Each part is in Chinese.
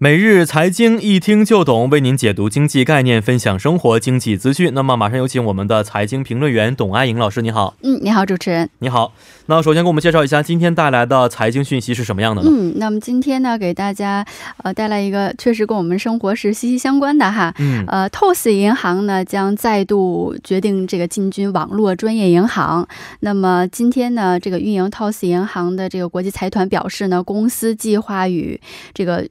每日财经一听就懂，为您解读经济概念，分享生活经济资讯。那么，马上有请我们的财经评论员董爱颖老师，你好，嗯，你好，主持人。你好。那首先给我们介绍一下今天带来的财经讯息是什么样的呢？嗯，那么今天呢，给大家呃带来一个确实跟我们生活是息息相关的哈。嗯呃，TOS 银行呢将再度决定这个进军网络专业银行。那么今天呢，这个运营 TOS 银行的这个国际财团表示呢，公司计划与这个。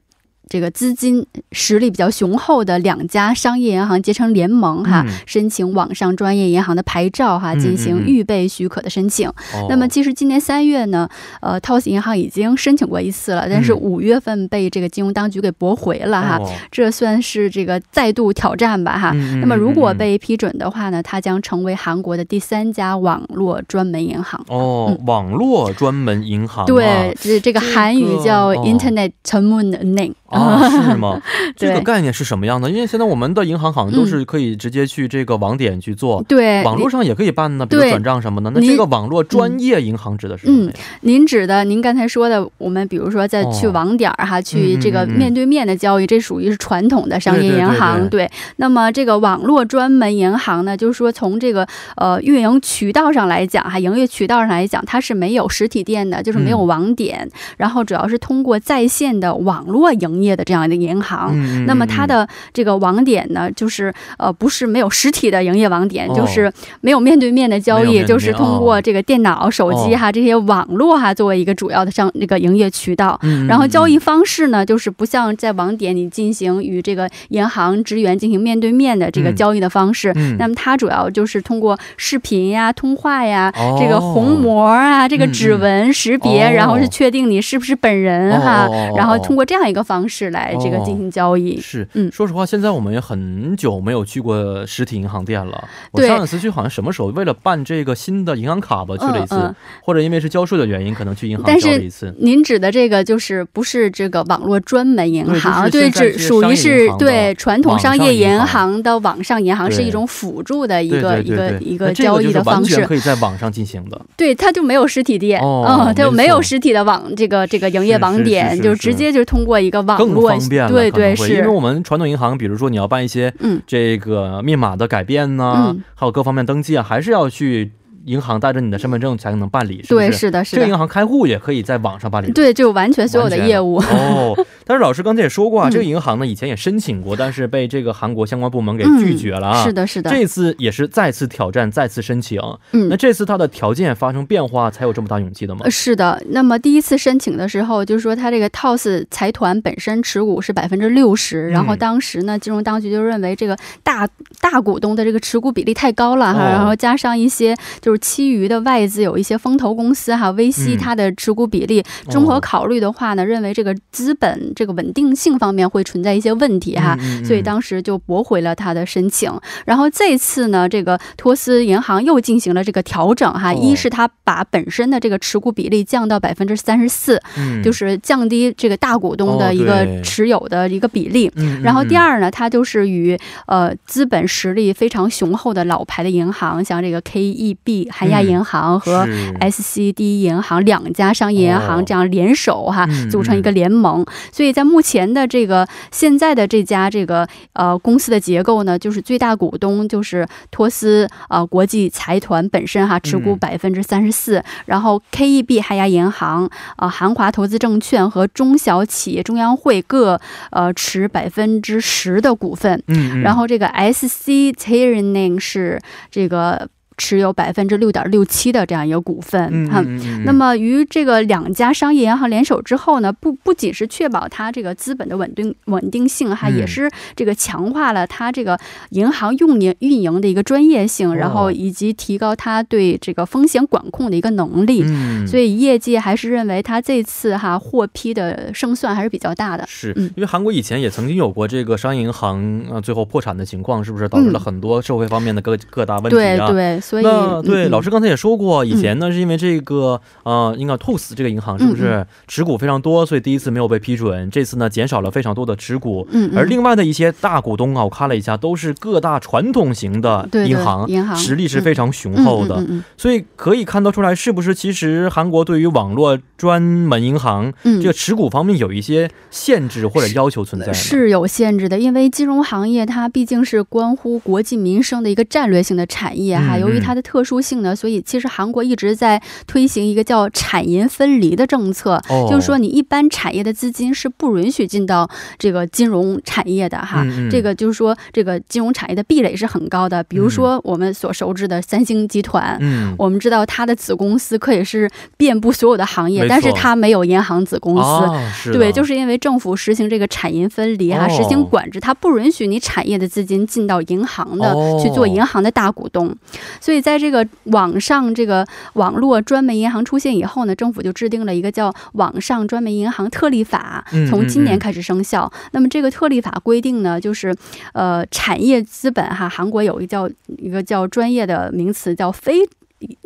这个资金实力比较雄厚的两家商业银行结成联盟哈，嗯申请网上专业银行的牌照哈，嗯进嗯行嗯预备许可的申请。哦那么其实今年三月呢，呃，TOS 银行已经申请过一次了，但是嗯五月份被这个金融当局给驳回了哈，哦这算是这个再度挑战吧哈。嗯嗯那么如果嗯嗯被批准的话呢，它将成为韩国的第三家网络专门银行。哦、网络专门银行、啊、嗯对，这这个这个韩语叫哦 Internet 전문 은행，啊，是吗？对嗯这个概念是什么样的？因为现在我们的银行好像都是可以直接去这个网点去做， 对，网络上也可以办呢，比如对嗯转账什么的。那您这个网络专业银行指的是什么呀？您指的，您刚才说的，我们比如说在去哦网点儿哈，去这个嗯嗯嗯面对面的交易，这属于是传统的商业银行。对对那么这个网络专门银行呢，就是说从这个呃运营渠道上来讲哈，营业渠道上来讲，它是没有实体店的，就是没有嗯网点，然后主要是通过在线的网络营业的这样的银行。嗯那么它的这个网点呢，就是呃，不是没有实体的营业网点，哦就是没有面对面的交没有面易，对就是面通哦过这个电脑、手机哈这些网络哈作为一个主要的商那个营业渠道。嗯，嗯然后交易方式呢，就是不像在网点你进行与这个银行职员进行面对面的这个嗯交易的方式。嗯那么它主要就是通过视频呀、通话呀、哦这个虹膜啊、这个嗯嗯指纹识别、哦然后是确定你是不是本人哈、哦哦哦哦哦然后通过这样一个方式来这个进行交易。是，嗯说实话，现在我们也很久没有去过实体银行店了。我对上一次去好像什么时候，为了办这个新的银行卡吧，去了一次、嗯嗯或者因为是交税的原因，可能去银行但交了是一次。您指的这个就是不是这个网络专门银行，对对，就是现在只这些属于商业银是行的对传统商业网银上行的网上银行对是一种辅助的一对个对一对个对一那个这交就易是的完方全式，可以在网上进行的。对它就没有实体店，哦嗯，它就没没错有实体的网这个这个营业网是是是点，是就直接就通过一个网更络方便，了，啊对可能对会因是为，我们传统银行，比如说你要办一些嗯这个密码的改变呢、嗯还有各方面登记啊，还是要去银行带着你的身份证才能办理，是不对是？是的是这个的，银行开户也可以在网上办理。对就完全所有的完全业务， 哦，但是老师刚才也说过啊，嗯这个银行呢以前也申请过，但是被这个韩国相关部门给嗯拒绝了啊。是的是的，这次也是再次挑战，再次申请。嗯那。这次它的条件发生变化，才有这么大勇气的吗呃？是的，那么第一次申请的时候，就是说它这个 TOS 财团本身持股是百分之六十，然后嗯当时呢，金融当局就认为这个大大股东的这个持股比例太高了哈，哦然后加上一些就是其余的外资有一些风投公司哈，微嗯息哦它的持股比例，综合考虑的话呢，认为这个资本这个稳定性方面会存在一些问题哈，嗯嗯嗯所以当时就驳回了他的申请。然后这次呢，这个托斯银行又进行了这个调整哈，哦一是它把本身的这个持股比例降到百分之三十四，嗯就是降低这个大股东的一哦个对持有的一个比例。嗯嗯然后第嗯二呢，它就是与呃资本实力非常雄厚的老牌的银行，像这个 KEB 韩亚银行和嗯哎是 SCD 银行两家商业银哦行这样联手哈、嗯组成一个联盟。所以在目前的这个现在的这家这个呃公司的结构呢，就是最大股东就是托斯呃国际财团本身哈，持股嗯百分之三十四，然后 KEB 海牙银行、呃韩华投资证券和中小企业中央会各呃持百分之十的股份。嗯，嗯然后这个 SC t e r n i n 是这个持有百分之六点六七的这样一个股份，嗯哈、嗯嗯那么与这个两家商业银行联手之后呢，不不仅是确保它这个资本的稳定稳定性哈，嗯也是这个强化了它这个银行用营运营的一个专业哦性，然后以及提高它对这个风险管控的一个能力。嗯，所以业界还是认为它这次哈获批的胜算还是比较大的。是嗯因为韩国以前也曾经有过这个商业银行啊、呃最后破产的情况，是不是导致了嗯很多社会方面的各各大问对题啊？对，所以那对、嗯老师刚才也说过，以前呢、是因为这个呃，应该 TOS 这个银嗯行是不是持股非常多，所以第一次没有被批准，这次呢减少了非常多的持股。嗯，嗯而另外的一些大股东啊，我看了一下，都是各大传统型的对对银行，银行实力是非常雄嗯厚的。嗯嗯所以可以看得出来，是不是其实韩国对于网络专门银行嗯这嗯个持股方面有一些限制或者要求存在呢？是有限制的，因为金融行业它毕竟是关乎国计民生的一个战略性的产业哈。嗯由于它的特殊性呢，所以其实韩国一直在推行一个叫产银分离的政策，哦，就是说你一般产业的资金是不允许进到这个金融产业的哈。嗯嗯这个就是说，这个金融产业的壁垒是很高的。比如说我们所熟知的三星集团，嗯，我们知道它的子公司可以是遍布所有的行业没，错但是它没有银行子公司。啊、是的对，就是因为政府实行这个产银分离哈、哦实行管制，它不允许你产业的资金进到银行的、哦去做银行的大股东。所以在这个网上这个网络专门银行出现以后呢，政府就制定了一个叫《网上专门银行特例法嗯》，从今嗯嗯年开始生效。那么这个特例法规定呢，就是呃，产业资本哈，韩国有一个叫一个叫专业的名词叫非。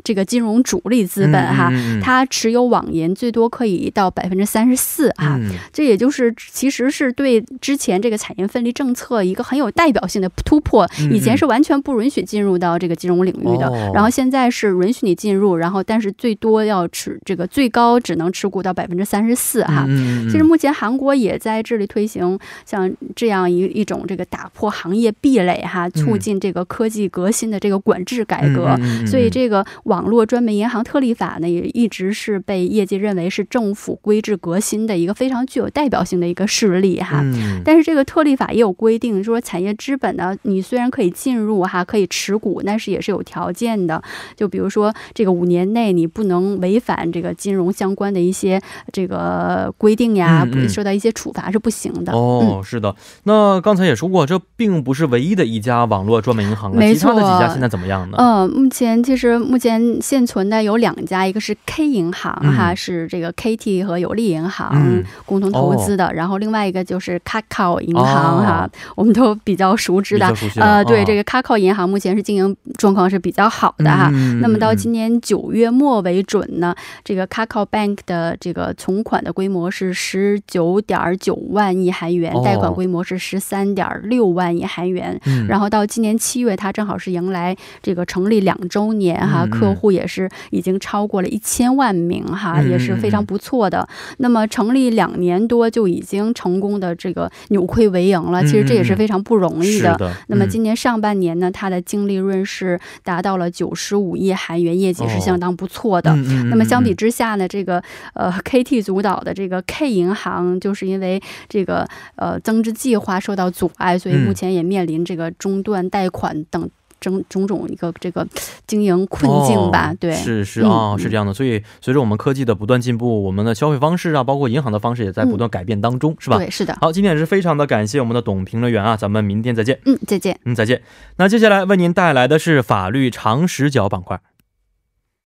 这个金融主力资本哈，嗯嗯嗯它持有网银最多可以到百分之三十四啊，嗯这也就是其实是对之前这个产业分离政策一个很有代表性的突破嗯。嗯以前是完全不允许进入到这个金融领域的，哦然后现在是允许你进入，然后但是最多要持这个最高只能持股到百分之三十四哈。嗯嗯嗯其实目前韩国也在致力推行像这样一一种这个打破行业壁垒哈，促进这个科技革新的这个管制改革。嗯嗯嗯嗯所以这个网络专门银行特例法呢，也一直是被业界认为是政府规制革新的一个非常具有代表性的一个事例哈。嗯但是这个特例法也有规定，说产业资本呢，你虽然可以进入哈，可以持股，但是也是有条件的。就比如说，这个五年内你不能违反这个金融相关的一些这个规定呀，嗯嗯受到一些处罚是嗯不行的。哦，是的。那刚才也说过，这并不是唯一的一家网络专门银行了，没其他的几家错现在怎么样呢？嗯，目前其实目前现存的有两家，一个是 K 银行哈，嗯是这个 KT 和有利银行、嗯共同投资的，然后另外一个就是 Kakao 银行、哦哈，我们都比较熟知比较的。熟悉了呃，对，啊这个 Kakao 银行目前是经营状况是比较好的哈。嗯那么到嗯今年九月末为准呢，这个 Kakao Bank 的这个存款的规模是十九点九万亿韩元哦，贷款规模是十三点六万亿韩元，嗯然后到今年七月，它正好是迎来这个成立两周年哈，嗯嗯客户也是已经超过了一千万名哈，嗯嗯也是非常不错的。那么成立两年多就已经成功的这个扭亏为盈了，嗯其实这也是非常不容易是的。的，那么嗯今年上半年呢，它的净利润是达到了九十五亿韩元，业绩哦是相当不错的。嗯嗯那么相比嗯之下呢，这个呃 KT 主导的这个 K 银行，就是因为这个呃增值计划受到阻碍，所以嗯目前也面临这个中断贷款等种种种一个这个经营困境吧。哦对，是是嗯啊、嗯是这样的。所以随着我们科技的不断进步，我们的消费方式啊，包括银行的方式也在不断改变当中，是吧？嗯对，是的。好，今天也是非常的感谢我们的董评论员啊，咱们明天再见，嗯，再见。嗯，再见。那接下来为您带来的是法律常识角板块。